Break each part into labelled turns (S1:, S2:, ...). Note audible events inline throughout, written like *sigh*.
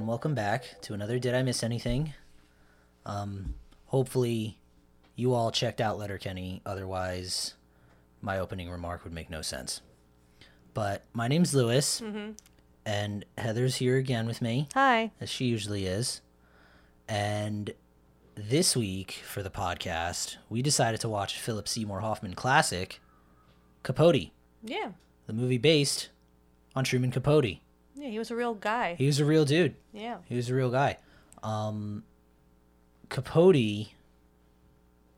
S1: welcome back to another Did I Miss Anything? Um, hopefully, you all checked out Letterkenny. Otherwise, my opening remark would make no sense. But my name's Lewis, and Heather's here again with me,
S2: Hi.
S1: as she usually is. And this week for the podcast, we decided to watch Philip Seymour Hoffman classic, Capote,
S2: Yeah.
S1: the movie based on Truman Capote.
S2: Yeah, he was a real guy.
S1: He was a real dude.
S2: Yeah.
S1: He was a real guy. Um, Capote,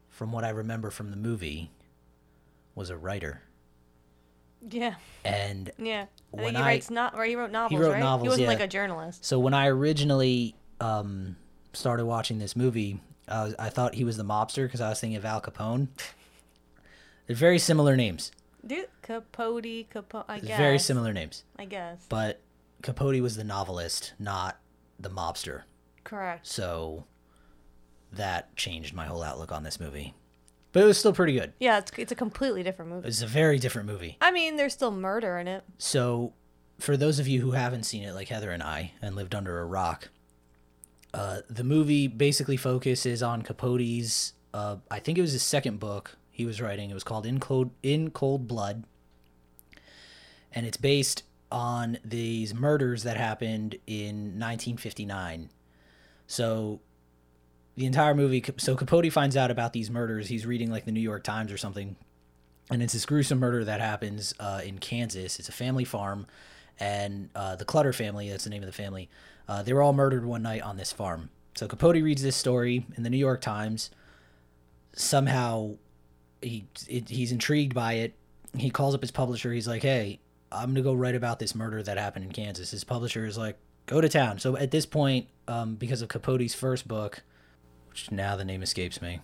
S1: from what I remember from the movie, was a writer,
S2: Yeah.
S1: and
S2: Yeah. I
S1: When
S2: think he
S1: I-
S2: writes no- or he wrote novels,
S1: wrote
S2: right?
S1: novels,
S2: he wasn't
S1: yeah.
S2: like a journalist.
S1: so when I originally um, started watching this movie, I, was, I thought he was the mobster because I was thinking of Al Capone. They're very similar names.
S2: Dude, Capote, Capote, I guess.
S1: Very similar names,
S2: I guess.
S1: but Capote was the novelist, not the mobster.
S2: Correct.
S1: So that changed my whole outlook on this movie. But it was still pretty good.
S2: Yeah, it's, it's a completely different movie.
S1: It's a very different movie.
S2: I mean, there's still murder in it.
S1: So, for those of you who haven't seen it, like Heather and I, and lived under a rock, uh, the movie basically focuses on Capote's. Uh, I think it was his second book he was writing. It was called In Cold In Cold Blood, and it's based on these murders that happened in 1959. So. The entire movie, so Capote finds out about these murders. He's reading like the New York Times or something, and it's this gruesome murder that happens uh, in Kansas. It's a family farm, and uh, the Clutter family—that's the name of the family—they were all murdered one night on this farm. So Capote reads this story in the New York Times. Somehow, he it, he's intrigued by it. He calls up his publisher. He's like, "Hey, I'm gonna go write about this murder that happened in Kansas." His publisher is like, "Go to town." So at this point, um, because of Capote's first book, which now the name escapes me,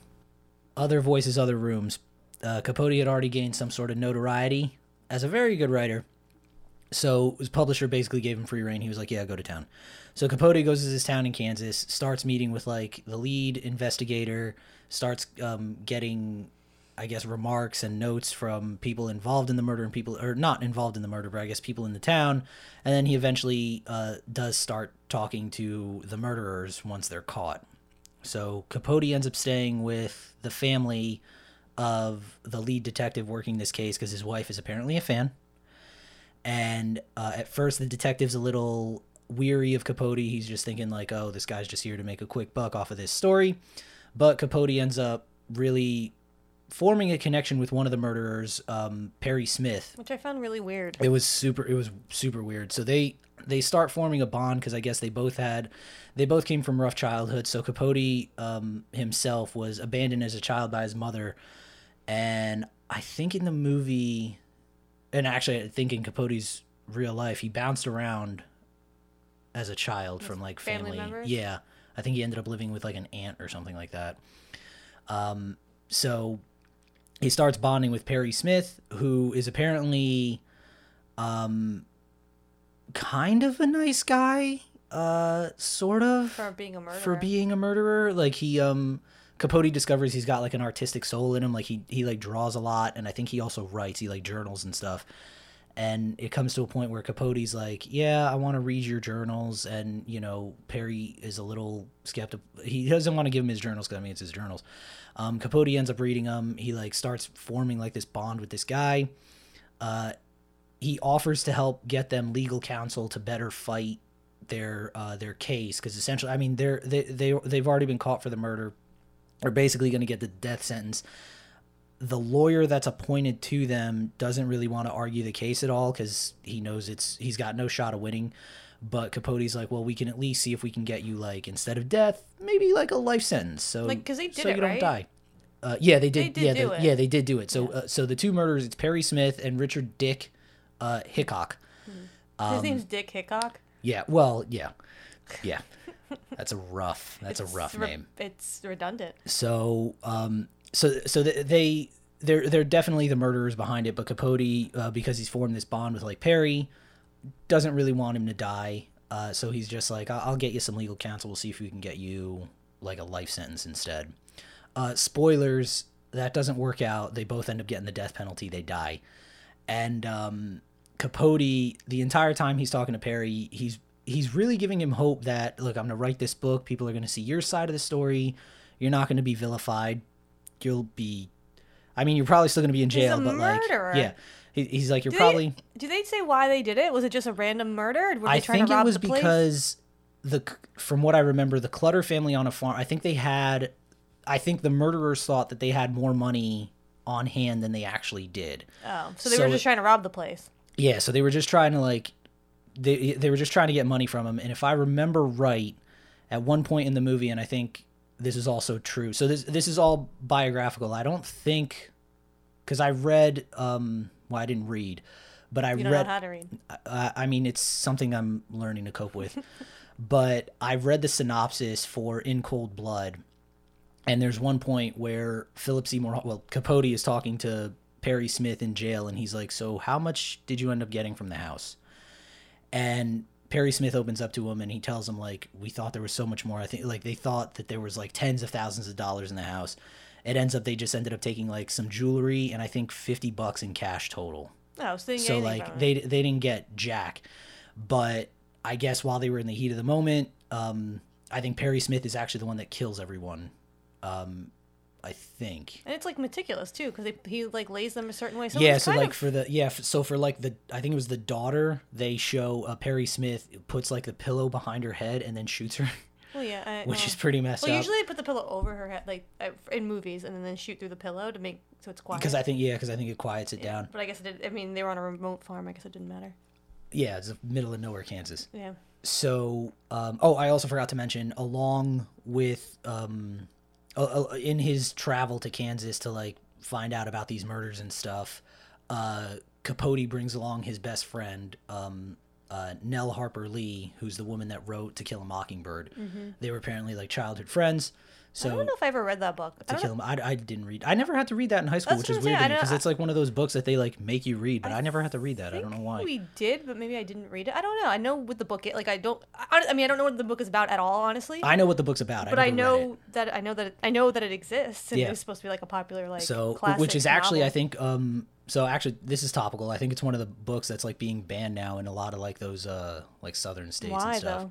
S1: other voices, other rooms. Uh, Capote had already gained some sort of notoriety as a very good writer. So his publisher basically gave him free reign. He was like, "Yeah, go to town." So Capote goes to this town in Kansas, starts meeting with like the lead investigator, starts um, getting, I guess, remarks and notes from people involved in the murder and people, or not involved in the murder, but I guess people in the town. And then he eventually uh, does start talking to the murderers once they're caught. So Capote ends up staying with the family of the lead detective working this case because his wife is apparently a fan. And uh, at first, the detective's a little weary of Capote. He's just thinking like, "Oh, this guy's just here to make a quick buck off of this story." But Capote ends up really forming a connection with one of the murderers, um, Perry Smith,
S2: Which I found really weird.
S1: it was super. It was super weird. So they they start forming a bond because I guess they both had, they both came from rough childhood. So Capote um, himself was abandoned as a child by his mother, and I think in the movie, and actually I think in Capote's real life, he bounced around as a child from like
S2: family
S1: family.
S2: members?
S1: Yeah, I think he ended up living with like an aunt or something like that. Um, so he starts bonding with Perry Smith, who is apparently um kind of a nice guy uh sort of
S2: For being a murderer.
S1: for being a murderer like he um capote discovers he's got like an artistic soul in him like he he like draws a lot and i think he also writes he like journals and stuff and it comes to a point where capote's like yeah i want to read your journals and you know perry is a little skeptical he doesn't want to give him his journals because i mean it's his journals um capote ends up reading them he like starts forming like this bond with this guy uh he offers to help get them legal counsel to better fight their uh, their case because essentially, I mean, they're they they they've already been caught for the murder. They're basically going to get the death sentence. The lawyer that's appointed to them doesn't really want to argue the case at all because he knows it's he's got no shot of winning. But Capote's like, well, we can at least see if we can get you like instead of death, maybe like a life sentence. So
S2: Like, 'cause they did
S1: so
S2: it,
S1: you don't
S2: right?
S1: die. Uh, yeah, they did.
S2: did
S1: yeah,
S2: do
S1: they,
S2: it.
S1: yeah, they did do it. So, uh, so the two murders, it's Perry Smith and Richard Dick uh, Hickok. um,
S2: His name's Dick Hickok.
S1: Yeah. Well, yeah. Yeah. That's a rough. That's a rough
S2: It's re-
S1: name.
S2: It's redundant.
S1: So, um, so, so th- they, they're, they're definitely the murderers behind it. But Capote, uh, because he's formed this bond with like Perry, doesn't really want him to die. Uh, so he's just like, I'll, I'll get you some legal counsel. We'll see if we can get you like a life sentence instead. Uh, spoilers. That doesn't work out. They both end up getting the death penalty. They die, and um, Capote. The entire time he's talking to Perry, he's he's really giving him hope that look, I'm gonna write this book. People are gonna see your side of the story. You're not gonna be vilified. You'll be. I mean, you're probably still gonna be in
S2: He's a
S1: jail, but
S2: murderer.
S1: like, yeah, he, he's like, you're
S2: Do they-
S1: probably.
S2: Do they say why they did it? Was it just a random murder? Or were they
S1: I
S2: trying
S1: think
S2: to
S1: it
S2: rob
S1: was
S2: the place?
S1: because the c- from what I remember, the Clutter family on a farm. I think they had, I think the murderers thought that they had more money on hand than they actually did.
S2: Oh, so they
S1: So
S2: were just
S1: it-
S2: trying to rob the place.
S1: Yeah, so they were just trying to like, they they were just trying to get money from him. And if I remember right, at one point in the movie, and I think this is also true. So this this is all biographical. I don't think, because I read, um, well, I didn't read, but I
S2: You don't
S1: read
S2: know how to read.
S1: I, I mean, it's something I'm learning to cope with. but I read the synopsis for In Cold Blood, and there's one point where Philip Seymour, well, Capote is talking to Perry Smith in jail, and he's like, "So, how much did you end up getting from the house?" And Perry Smith opens up to him, and he tells him like, "We thought there was so much more. I think like they thought that there was like tens of thousands of dollars in the house." It ends up they just ended up taking like some jewelry and I think 50 bucks in cash total
S2: Oh, so, they didn't get
S1: so
S2: anything
S1: like
S2: from it.
S1: they they didn't get jack but i guess while they were in the heat of the moment um i think perry smith is actually the one that kills everyone um i think
S2: and it's like meticulous too because he like lays them a certain way. So
S1: yeah
S2: it's
S1: so
S2: kind
S1: like
S2: of,
S1: for the yeah f- so for like the i think it was the daughter they show uh, perry smith puts like the pillow behind her head and then shoots her *laughs*
S2: well, oh, yeah, I,
S1: which
S2: well,
S1: is pretty messed
S2: well,
S1: up
S2: usually they put the pillow over her head, like uh, in movies, and then shoot through the pillow to make so it's quiet.
S1: because i think yeah because i think it quiets it down
S2: But I guess it did. I mean, they were on a remote farm. I guess it didn't matter.
S1: yeah it's the middle of nowhere kansas
S2: Yeah.
S1: so um, oh i also forgot to mention along with um, uh, uh, in his travel to kansas to like find out about these murders and stuff uh, capote brings along his best friend um, uh, nell harper lee who's the woman that wrote to kill a mockingbird they were apparently like childhood friends so
S2: Mm-hmm. I don't know if I ever read that book. I
S1: to
S2: don't
S1: kill him. I, I didn't read. I never had to read that in high school,
S2: That's
S1: which is
S2: what I'm saying,
S1: weird
S2: I don't-
S1: because it's like one of those books that they like make you read, but I, never had to read that. I don't know
S2: think
S1: why.
S2: We did, but maybe I didn't read it. I don't know. I know what the book is. Like I don't. I, I mean, I don't know what the book is about at all, honestly.
S1: I know what the book's about,
S2: but
S1: I
S2: I
S1: never read it.
S2: know that I know that it, I know that it exists, and
S1: Yeah.
S2: it was supposed to be like a popular like
S1: so
S2: classic
S1: which is actually
S2: novel.
S1: i think um so actually this is topical i think it's one of the books that's like being banned now in a lot of like those uh like southern states
S2: why
S1: and stuff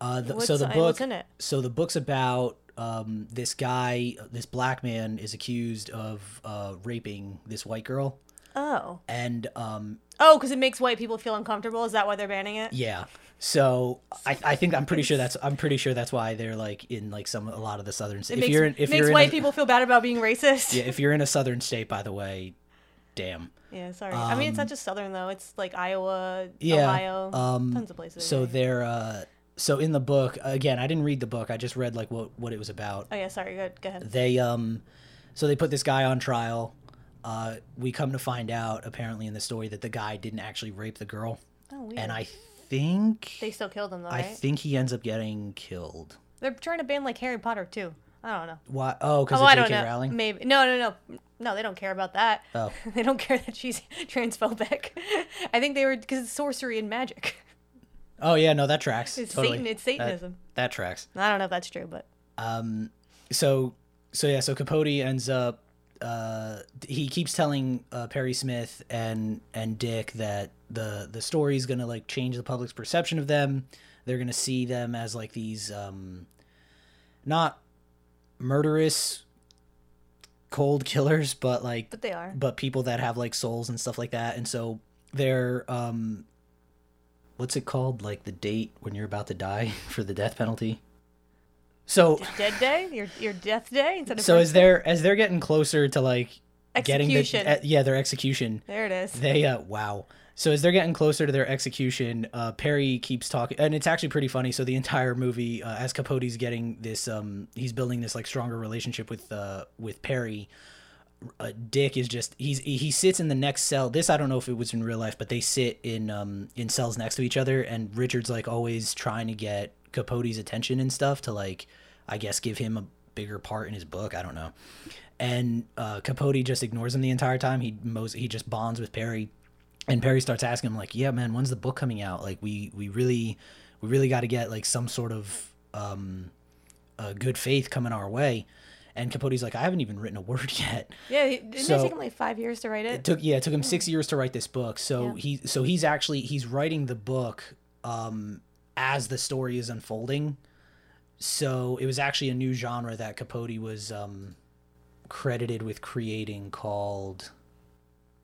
S2: though?
S1: uh the, so
S2: What's-
S1: the
S2: I-
S1: book
S2: what's in it?
S1: so the book's about um this guy this black man is accused of uh raping this white girl
S2: Oh,
S1: and um
S2: oh, because it makes white people feel uncomfortable. Is that why they're banning it?
S1: yeah so I, I think I'm pretty sure that's I'm pretty sure that's why they're like in like some a lot of the southern
S2: It
S1: states. If
S2: makes,
S1: you're in, if
S2: makes
S1: you're in
S2: white
S1: a,
S2: people feel bad about being racist.
S1: yeah, if you're in a southern state, by the way, damn.
S2: *laughs* Yeah, sorry. I mean, it's not just southern though. It's like Iowa,
S1: Um, Yeah,
S2: Ohio,
S1: um,
S2: tons of places.
S1: So they're uh, so in the book again. I didn't read the book. I just read like what what it was about.
S2: oh yeah, sorry. Go, go ahead.
S1: They um, so they put this guy on trial. Uh, we come to find out apparently in the story that the guy didn't actually rape the girl,
S2: Oh, weird.
S1: and I think
S2: they still killed them though,
S1: I
S2: right?
S1: think he ends up getting killed.
S2: They're trying to ban like Harry Potter too. I don't know.
S1: Why? Oh, because
S2: Oh, I
S1: of
S2: don't
S1: J.K.
S2: know.
S1: Rowling.
S2: Maybe no, no, no, no. They don't care about that.
S1: Oh.
S2: *laughs* they don't care that she's *laughs* transphobic. *laughs* I think they were because it's sorcery and magic. *laughs*
S1: Oh yeah, no, that tracks.
S2: It's
S1: totally.
S2: Satan. It's
S1: That-
S2: Satanism.
S1: that tracks.
S2: I don't know if that's true, but
S1: um so so yeah so capote ends up uh he keeps telling uh, perry smith and and dick that the the story is gonna like change the public's perception of them they're gonna see them as like these um not murderous cold killers but like
S2: but they are.
S1: but people that have like souls and stuff like that and so they're um what's it called like the date when you're about to die *laughs* for the death penalty so
S2: Dead day, your your death day instead of
S1: so
S2: birth-
S1: as they're as they're getting closer to like
S2: Execution.
S1: getting the, eh, yeah their execution
S2: there it is.
S1: they uh wow so as they're getting closer to their execution uh perry keeps talking and it's actually pretty funny so the entire movie uh, as capote's getting this um he's building this like stronger relationship with uh with perry uh, dick is just he's he sits in the next cell this i don't know if it was in real life but they sit in um in cells next to each other and richard's like always trying to get capote's attention and stuff to like i guess give him a bigger part in his book i don't know and uh, Capote just ignores him the entire time. He mows, he just bonds with Perry, and Perry starts asking him like, "Yeah, man, when's the book coming out? Like, we we really we really got to get like some sort of um, uh, good faith coming our way." And Capote's like, "I haven't even written a *laughs* word yet."
S2: Yeah, he- didn't
S1: so-
S2: it take him like five years to write
S1: It
S2: it?
S1: took yeah, it took him six years to write this book. So
S2: Yeah.
S1: he so he's actually he's writing the book um as the story is unfolding. So it was actually a new genre that Capote was um, credited with creating called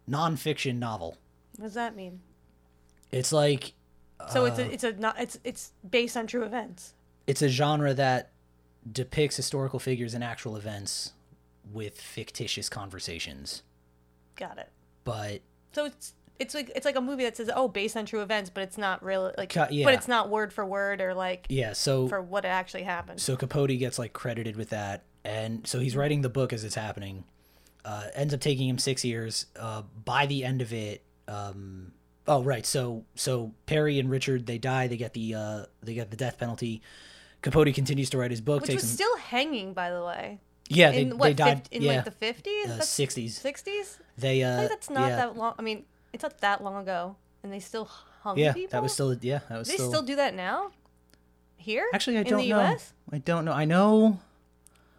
S1: nonfiction novel.
S2: What does that mean?
S1: It's like
S2: So it's
S1: Uh,
S2: a, it's a not it's it's based on true events.
S1: it's a genre that depicts historical figures and actual events with fictitious conversations.
S2: Got it.
S1: But
S2: So it's it's like it's like a movie that says oh based on true events, but it's not real like
S1: Ca- yeah.
S2: but it's not word for word or like
S1: yeah, so
S2: for what actually happened.
S1: so Capote gets like credited with that, and so he's writing the book as it's happening. Uh, ends up taking him six years. Uh, by the end of it, um, oh right, so so Perry and Richard they die. They get the uh, they get the death penalty. Capote continues to write his book.
S2: Which
S1: takes
S2: was
S1: him,
S2: still hanging by the way.
S1: yeah, they,
S2: In what
S1: they died
S2: 50, in
S1: yeah,
S2: like the 50s?
S1: uh,
S2: That's-
S1: 60s.
S2: 60s?
S1: They uh,
S2: I think that's not
S1: yeah,
S2: that long. I mean, it's not that long ago, and they still hung
S1: yeah,
S2: people.
S1: that was still yeah, that was
S2: They still, do that now. Here,
S1: Actually, I
S2: in
S1: don't
S2: the
S1: know.
S2: U.S.,
S1: I don't know. I know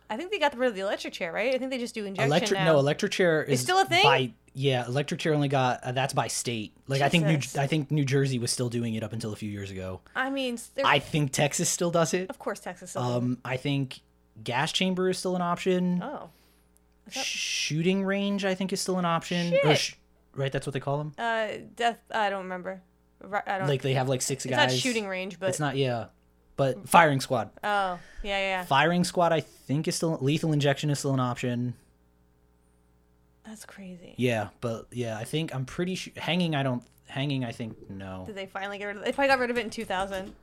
S2: I think they got rid of the electric chair, right? I think they just do injection
S1: electric.
S2: now.
S1: No, electric chair is
S2: still a thing?
S1: By, yeah, electric chair only got uh, that's by state. Like I think
S2: Jesus.
S1: New I think New Jersey was still doing it up until a few years ago.
S2: I mean, s- they're-
S1: I think Texas still does it.
S2: of course Texas. still does.
S1: Um, I think gas chamber is still an option.
S2: oh,
S1: Shooting range, I think, is still an option. Or
S2: Shit.
S1: sh- right, that's what they call them.
S2: uh, death. I don't remember. Ri- I don't.
S1: Like they have like six
S2: it's
S1: guys.
S2: not shooting range, but Hmm.
S1: It's not. Yeah, but firing squad.
S2: oh, yeah, yeah.
S1: Firing squad, I think, is still lethal injection is still an option.
S2: That's crazy.
S1: Yeah, but yeah, I think I'm pretty sure hanging. I don't hanging. I think no.
S2: Did they finally get rid of? They probably got rid of it in 2000.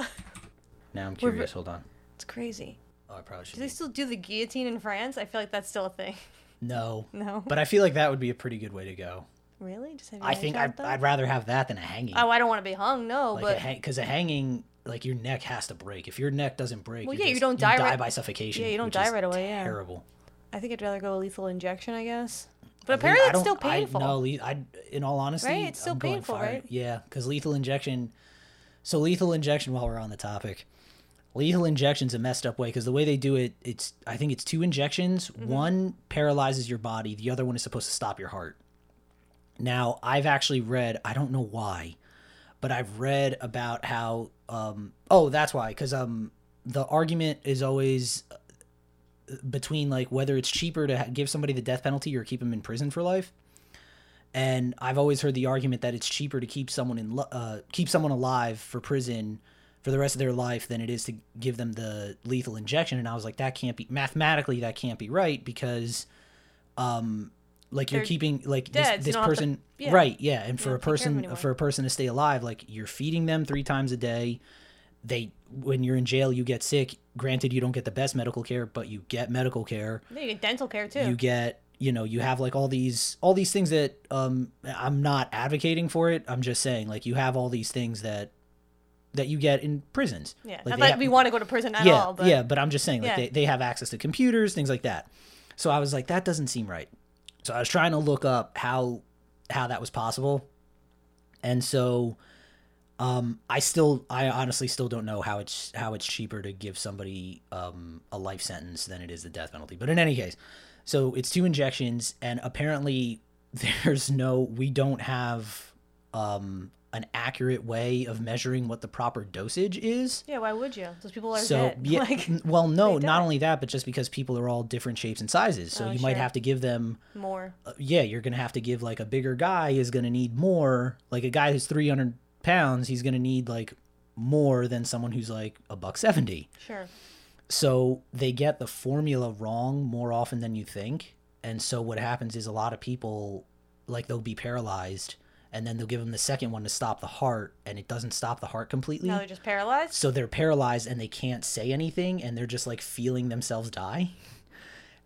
S1: Now I'm
S2: We're-
S1: curious. Hold on.
S2: *laughs* it's crazy.
S1: Oh, I probably should.
S2: Do they
S1: be-
S2: still do the guillotine in France? I feel like that's still a thing. *laughs*
S1: No,
S2: No.
S1: but I feel like that would be a pretty good way to go.
S2: Really? Just have your
S1: I
S2: neck
S1: think
S2: chopped
S1: I'd,
S2: off?
S1: I'd rather have that than a hanging.
S2: Oh, I don't want to be hung. No,
S1: like
S2: but
S1: a hang because a hanging, like your neck has to break. If your neck doesn't break,
S2: Well,
S1: you're
S2: yeah, you
S1: just-
S2: don't die right-
S1: by suffocation.
S2: Yeah, you don't
S1: which
S2: die
S1: is
S2: right away, yeah.
S1: Terrible.
S2: I think I'd rather go a lethal injection, I guess. But
S1: I mean,
S2: apparently
S1: I
S2: it's
S1: don't-
S2: still
S1: I-
S2: painful.
S1: no, le- I, in all honesty,
S2: Right? It's still
S1: I'm going
S2: painful,
S1: fire-
S2: right?
S1: Yeah, because lethal injection. So lethal injection. While we're on the topic, lethal injection's a messed up way because the way they do it, it's I think it's two injections.
S2: Mm-hmm.
S1: One paralyzes your body. The other one is supposed to stop your heart. Now I've actually read. I don't know why, but I've read about how. Um, oh, that's why. Because um, the argument is always uh, between like whether it's cheaper to ha- give somebody the death penalty or keep them in prison for life and I've always heard the argument that it's cheaper to keep someone in lo- uh, keep someone alive for prison for the rest of their life than it is to give them the lethal injection. And I was like, that can't be mathematically that can't be right because, um, like you're
S2: They're
S1: keeping like
S2: dead, so you
S1: this, this
S2: don't have to-
S1: person
S2: yeah.
S1: right yeah, and for a
S2: don't take care of 'em
S1: person uh,
S2: anymore.
S1: for a person to stay alive, like you're feeding them three times a day. They when you're in jail, you get sick. Granted, you don't get the best medical care, but you get medical care
S2: Yeah, you get dental care too.
S1: you get you know you have like all these all these things that um i'm not advocating for it i'm just saying like you have all these things that that you get in prisons
S2: yeah,
S1: they
S2: not that
S1: have-
S2: we want to go to prison at
S1: yeah
S2: all, but
S1: yeah but i'm just saying like
S2: Yeah.
S1: they, they have access to computers things like that so i was like that doesn't seem right so i was trying to look up how how that was possible and so um i still i honestly still don't know how it's how it's cheaper to give somebody um a life sentence than it is the death penalty but in any case so it's two injections and apparently *laughs* there's no we don't have um an accurate way of measuring what the proper dosage is
S2: Yeah, why would you? Those people are
S1: so
S2: dead. *laughs*
S1: yeah,
S2: Like
S1: n- well, no,
S2: they
S1: not
S2: die.
S1: only that, but just because people are all different shapes and sizes, so
S2: Oh,
S1: you might
S2: sure.
S1: have to give them.
S2: more.
S1: uh, yeah, you're gonna have to give like a bigger guy is gonna need more. Like a guy who's 300 pounds, he's gonna need like more than someone who's like a buck 70.
S2: Sure.
S1: So they get the formula wrong more often than you think, and so what happens is a lot of people like they'll be paralyzed, and then they'll give them the second one to stop the heart, and it doesn't stop the heart completely
S2: Now they're just paralyzed.
S1: so they're paralyzed and they can't say anything and they're just like feeling themselves die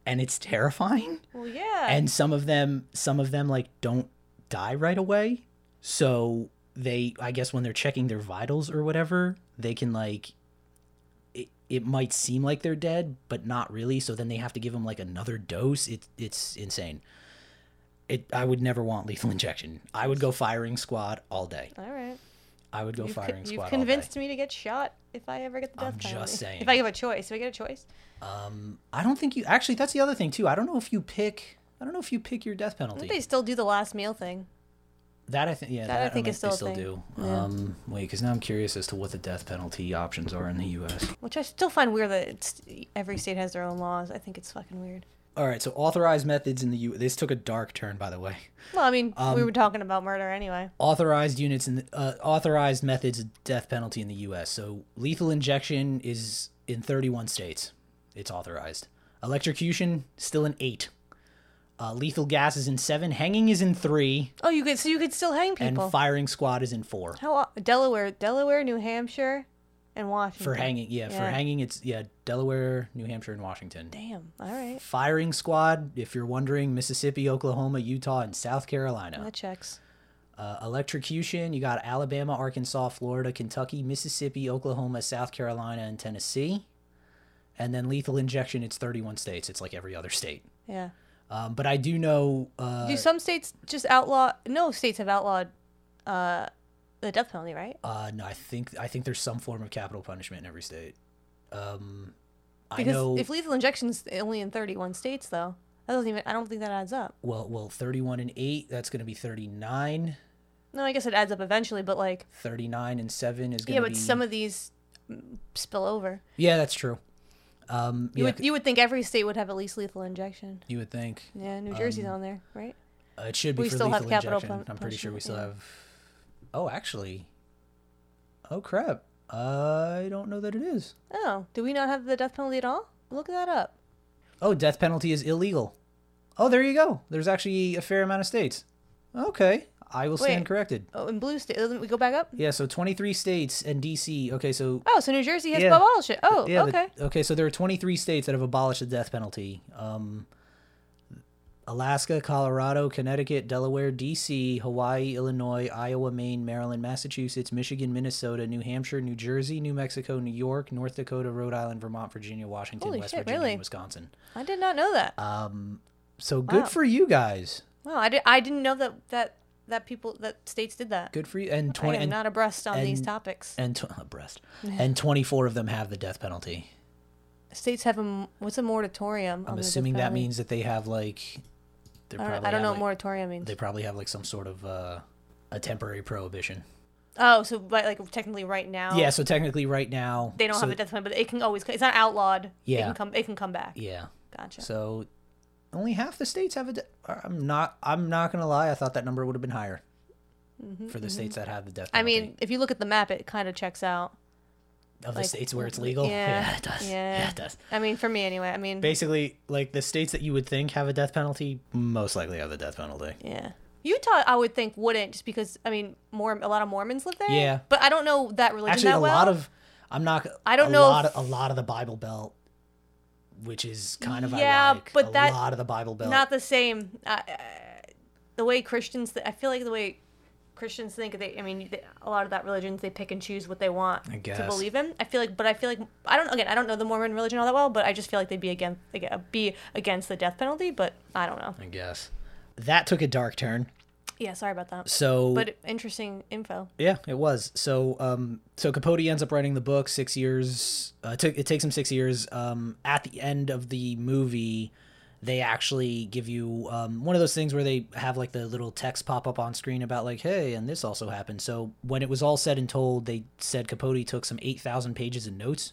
S1: and it's terrifying
S2: Well, yeah.
S1: and some of them some of them like don't die right away so they i guess when they're checking their vitals or whatever they can like it, it might seem like they're dead but not really so then they have to give them like another dose it, it's insane it, i would never want lethal *laughs* injection i would go firing squad all day
S2: all right.
S1: i would go
S2: You've, con-
S1: firing
S2: you've
S1: squad all day.
S2: convinced me to get shot if I ever get the death
S1: I'm just
S2: penalty.
S1: saying.
S2: *laughs* If I give a choice, do I get a choice?
S1: Um, I don't think you actually. That's the other thing too. I don't know if you pick. I don't know if you pick your death
S2: I
S1: penalty.
S2: think they still do the last meal thing.
S1: That I think, yeah, that,
S2: That I think
S1: might-
S2: is still
S1: they
S2: a
S1: still do.
S2: thing. Yeah.
S1: Um, wait, because now I'm curious as to what the death penalty options are in the U.S.
S2: Which I still find weird that it's, every state has their own laws. I think it's fucking weird.
S1: All right, so authorized methods in the U. This took a dark turn, by the way.
S2: Well, I mean, we
S1: Um,
S2: were talking about murder anyway.
S1: Authorized units and uh, authorized methods of death penalty in the U.S. So lethal injection is in 31 states. It's authorized. Electrocution still in eight. Uh, lethal gas is in seven. Hanging is in three,
S2: Oh, you could so you could still hang
S1: and
S2: people.
S1: firing squad is in four.
S2: How o- Delaware, Delaware, New Hampshire, and Washington.
S1: For hanging, yeah, for
S2: Mm-hmm. Yeah.
S1: hanging, it's yeah Delaware, New Hampshire, and Washington.
S2: Damn. All right.
S1: Firing squad, if you're wondering, Mississippi, Oklahoma, Utah, and South Carolina.
S2: That checks.
S1: Uh, electrocution, you got Alabama, Arkansas, Florida, Kentucky, Mississippi, Oklahoma, South Carolina, and Tennessee. And then lethal injection, it's 31 states. It's like every other state.
S2: Yeah.
S1: Um, but I do know. Uh,
S2: Do some states just outlaw? No states have outlawed uh, the death penalty, right?
S1: uh, no, I think I think there's some form of capital punishment in every state. Um, I
S2: Because
S1: know.
S2: if lethal injections only in 31 states, though, that doesn't even. I don't think that adds up.
S1: well, well, 31 and 8, that's going to be 39.
S2: No, I guess it adds up eventually, but like,
S1: 39 and 7 is going
S2: yeah,
S1: to
S2: but
S1: be.
S2: some of these mm, spill over.
S1: Yeah, that's true. Um,
S2: You
S1: yeah,
S2: would you would think every state would have at least lethal injection.
S1: you would think.
S2: Yeah, New Jersey's
S1: Um,
S2: on there, right?
S1: Uh, it should be
S2: We
S1: for
S2: still have
S1: lethal
S2: capital
S1: injection.
S2: pun-
S1: I'm pretty sure we still
S2: punishment, yeah.
S1: have. Oh, actually. Oh crap! I don't know that it is.
S2: Oh, do we not have the death penalty at all? Look that up.
S1: Oh, death penalty is illegal. Oh, there you go. There's actually a fair amount of states. Okay, I will stand
S2: Wait.
S1: corrected.
S2: Oh, in blue state, doesn't we go back up?
S1: Yeah, so 23 states and DC. Okay, so
S2: Oh, so New Jersey has
S1: Yeah.
S2: abolished it. Oh,
S1: yeah, the-
S2: okay.
S1: okay, so there are 23 states that have abolished the death penalty. Um, Alaska, Colorado, Connecticut, Delaware, D.C., Hawaii, Illinois, Iowa, Maine, Maryland, Massachusetts, Michigan, Minnesota, New Hampshire, New Jersey, New Mexico, New York, North Dakota, Rhode Island, Vermont, Virginia, Washington,
S2: Holy
S1: West
S2: shit,
S1: Virginia,
S2: really?
S1: and Wisconsin.
S2: I did not know that.
S1: Um, so good
S2: Wow.
S1: for you guys.
S2: Wow, I, did, I didn't know that that that people that states did that.
S1: Good for you. And
S2: I
S1: 20
S2: am
S1: and,
S2: not abreast on these
S1: and-
S2: topics.
S1: and tw- *laughs*
S2: *laughs*
S1: breast. and 24 of them have the death penalty.
S2: States have a m- what's a moratorium?
S1: I'm assuming that means that they have like. they're
S2: I don't,
S1: probably
S2: I don't
S1: have,
S2: know
S1: like-
S2: what moratorium means.
S1: they probably have like some sort of uh, a temporary prohibition.
S2: Oh, so but like technically right now,
S1: Yeah, so technically right now
S2: Oh. they don't
S1: so-
S2: have a death penalty, but it can always it's not outlawed. it
S1: Yeah.
S2: can come it can come back.
S1: Yeah,
S2: Gotcha.
S1: so only half the states have a. De- uh, I'm not. I'm not gonna lie. I thought that number would have been higher for the states that have the death.
S2: Mm-hmm, I
S1: Penalty.
S2: mean, if you look at the map, it kind of checks out.
S1: of the
S2: like,
S1: states where it's legal. *laughs*
S2: yeah,
S1: it does.
S2: yeah.
S1: it does.
S2: I mean, for me anyway. I mean,
S1: Basically, like the states that you would think have a death penalty most likely have the death penalty.
S2: yeah. Utah, I would think wouldn't just because I mean, more a lot of Mormons live there.
S1: Yeah.
S2: but I don't know that religion
S1: Actually,
S2: that
S1: a
S2: well.
S1: lot of. I'm not.
S2: I don't
S1: a
S2: know
S1: Lot
S2: if-
S1: of, a lot of the Bible Belt, which is kind of
S2: Yeah,
S1: ironic.
S2: but
S1: a
S2: that-
S1: lot of the Bible Belt.
S2: not the same. Uh, uh, the way Christians, th- I feel like the way Christians think they, I mean, they, a lot of that religions they pick and choose what they want
S1: I
S2: to
S1: guess.
S2: believe in. I feel like, but I feel like I don't. Again, I don't know the Mormon religion all that well, but I just feel like they'd be against be against the death penalty. But I don't know.
S1: I guess. That took a dark turn.
S2: Yeah, sorry about that.
S1: So
S2: But interesting info.
S1: yeah, it was. So um, so Capote ends up writing the book six years. Uh, took it takes him six years. Um, at the end of the movie, they actually give you um, one of those things where they have like the little text pop up on screen about like, hey, and this also happened. So when it was all said and told, they said Capote took some eight thousand pages of notes,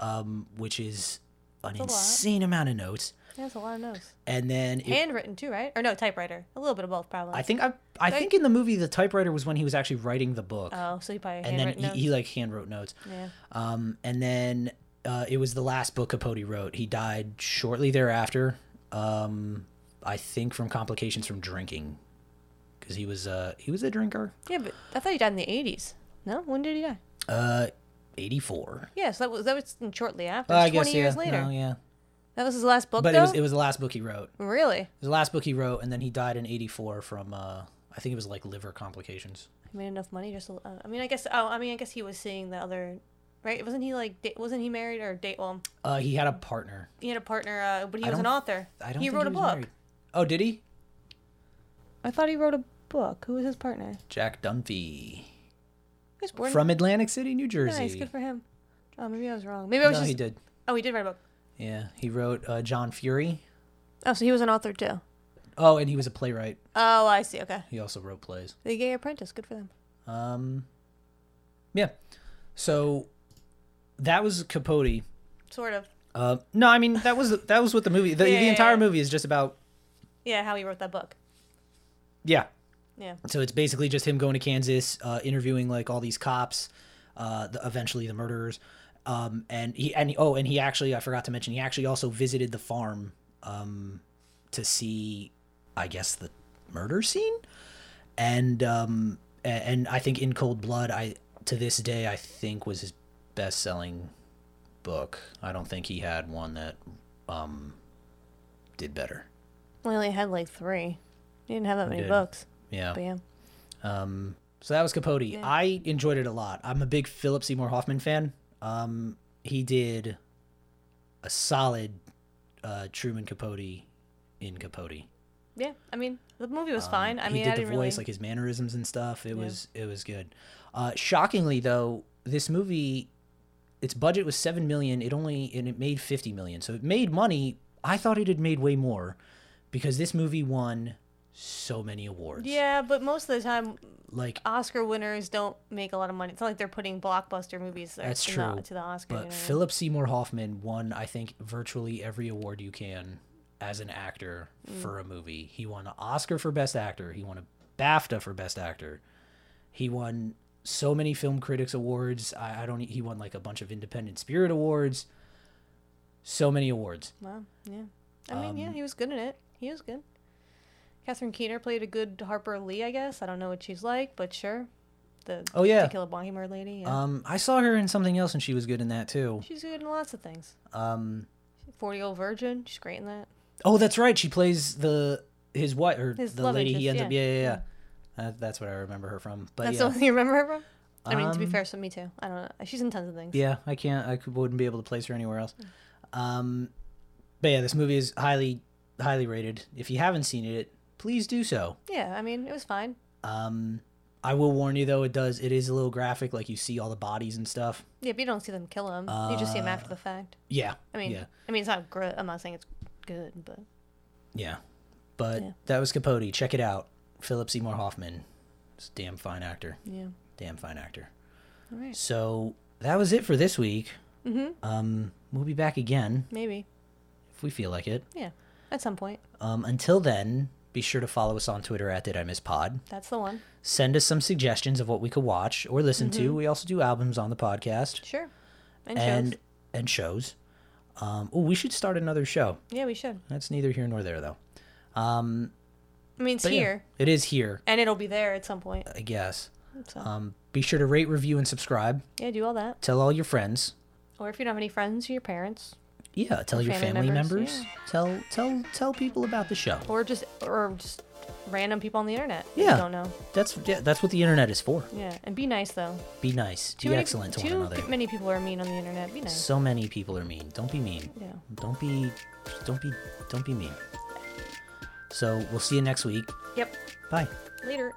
S1: um, which is an
S2: lot.
S1: insane amount of notes.
S2: That's a lot of notes.
S1: And then it
S2: Handwritten too, right? Or no, typewriter. A little bit of both, probably.
S1: I think I I think in the movie the typewriter was when he was actually writing the book,
S2: oh, so you probably
S1: and then
S2: handwritten
S1: he, he like hand wrote notes.
S2: notes. Yeah.
S1: Um, and then uh, it was the last book Capote wrote. He died shortly thereafter. Um, I think from complications from drinking, because he was uh he was a drinker.
S2: Yeah, but I thought he died in the eighties. No, when did he die?
S1: Uh, eighty four.
S2: Yeah, so that was that was shortly after.
S1: I
S2: Twenty
S1: guess
S2: years
S1: yeah.
S2: later.
S1: No, yeah.
S2: That was his last book,
S1: But
S2: though.
S1: it was it was the last book he wrote. It
S2: Really?
S1: was the last book he wrote, and then he died in eighty four from uh I think it was like liver complications.
S2: He made enough money just. To, uh, I mean, I guess. Oh, I mean, I guess he was seeing the other, right? Wasn't he like? Da- wasn't he married or date? Well,
S1: Uh, he had a partner.
S2: he had a partner, uh, but he
S1: I
S2: was an
S1: don't-
S2: author.
S1: I don't.
S2: He
S1: think
S2: wrote a
S1: was
S2: book.
S1: married. Oh, did he?
S2: I thought he wrote a book. Who was his partner? He
S1: Jack Dunphy
S2: was born.
S1: from Atlantic City, New Jersey.
S2: nice. Good for him. Oh, maybe I was wrong. Maybe I was
S1: no,
S2: just.
S1: he did.
S2: Oh, he did write a book.
S1: Yeah, he wrote uh, John Fury.
S2: Oh, so he was an author too.
S1: Oh, and he was a playwright.
S2: Oh, I see. Okay.
S1: He also wrote plays.
S2: The Gay Apprentice. Good for them.
S1: Um, yeah. So that was Capote.
S2: Sort of.
S1: Uh, no, I mean that was that was what the movie. The,
S2: Yeah,
S1: the
S2: yeah,
S1: entire
S2: yeah.
S1: movie is just about.
S2: Yeah, how he wrote that book.
S1: Yeah.
S2: Yeah.
S1: So it's basically just him going to Kansas, uh, interviewing like all these cops, uh, the, eventually the murderers, um, and he and he, oh, and he actually I forgot to mention he actually also visited the farm um, to see, I guess the murder scene, and um, a- and I think in Cold Blood I to this day I think was his best selling book. I don't think he had one that um, did better.
S2: We only had like three. He didn't have that many
S1: did.
S2: books.
S1: Yeah.
S2: But yeah.
S1: Um, so that was Capote. I enjoyed it a lot. I'm a big Philip Seymour Hoffman fan. Um, he did a solid uh, Truman Capote in Capote.
S2: Yeah. I mean, the movie was fine. I
S1: Um, he
S2: mean,
S1: did
S2: I
S1: the
S2: didn't
S1: voice,
S2: really.
S1: like his mannerisms and stuff. It was it was good. Uh, shockingly, though, this movie, its budget was seven million. It only and it made fifty million, so it made money. I thought it had made way more because this movie won so many awards.
S2: yeah, but most of the time,
S1: like
S2: Oscar winners don't make a lot of money. It's not like they're putting blockbuster movies there
S1: That's
S2: to,
S1: true,
S2: The, to the Oscar. you know
S1: But
S2: what I mean?
S1: Philip Seymour Hoffman won, I think, virtually every award you can as an actor
S2: Mm.
S1: for a movie. He won an Oscar for Best Actor. He won a BAFTA for Best Actor. He won so many Film Critics Awards. I, I don't. e, He won like a bunch of Independent Spirit Awards. So many awards.
S2: Wow. Yeah. I mean,
S1: Um,
S2: yeah, he was good in it. He was good. Catherine Keener played a good Harper Lee, I guess. I don't know what she's like, but sure. The
S1: Oh, yeah.
S2: To Kill a Mockingbird lady. Yeah.
S1: Um, I saw her in something else, and she was good in that too.
S2: she's good in lots of things.
S1: Um,
S2: Forty Year Old Virgin. She's great in that.
S1: oh, that's right. She plays the his wife or
S2: His
S1: the
S2: love
S1: lady he ends
S2: interest,
S1: up. Yeah, yeah, yeah. Uh, that's what I remember her from. But
S2: That's
S1: yeah.
S2: the one you remember her from. I mean, to be
S1: Um,
S2: fair, so me too. I don't know. She's in tons of things.
S1: Yeah, I can't. I could, wouldn't be able to place her anywhere else.
S2: Hmm.
S1: Um, but yeah, this movie is highly, highly rated. If you haven't seen it, please do so.
S2: Yeah, I mean, it was fine.
S1: Um, I will warn you though, it does. It is a little graphic. Like you see all the bodies and stuff.
S2: Yeah, but you don't see them kill him. you just see him after the fact.
S1: Yeah.
S2: I mean,
S1: yeah,
S2: I mean, it's not. Gr- I'm not saying it's good, but
S1: yeah. But
S2: Yeah.
S1: that was Capote. Check it out. Philip Seymour Hoffman, He's a damn fine actor.
S2: yeah.
S1: Damn fine actor.
S2: All right.
S1: So that was it for this week.
S2: Mm-hmm.
S1: Um, we'll be back again
S2: Maybe.
S1: if we feel like it.
S2: Yeah. At some point.
S1: Um, until then, be sure to follow us on Twitter at Did I Miss Pod.
S2: That's the one.
S1: send us some suggestions of what we could watch or listen to. We also do albums on the podcast
S2: Sure. Mm-hmm. And,
S1: and
S2: shows.
S1: and shows. Um, oh, we should start another show.
S2: Yeah, we should.
S1: That's neither here nor there, though.
S2: I mean, it's
S1: But yeah,
S2: here,
S1: it is here,
S2: and it'll be there at some point.
S1: I guess.
S2: So
S1: Um, be sure to rate, review, and subscribe.
S2: yeah, do all that.
S1: Tell all your friends.
S2: Or if you don't have any friends, your parents,
S1: Yeah, tell your
S2: family
S1: family members.
S2: members,
S1: Tell tell tell people about the show.
S2: or just or just random people on the internet. that
S1: Yeah.
S2: You don't know.
S1: That's yeah, that's what the internet is for.
S2: Yeah. And be nice though.
S1: Be nice. Be
S2: many-
S1: excellent to one
S2: too
S1: another.
S2: many people are mean on the internet. Be nice.
S1: So many people are mean. Don't be mean.
S2: Yeah.
S1: Don't be don't be don't be mean. So we'll see you next week.
S2: Yep.
S1: Bye.
S2: Later.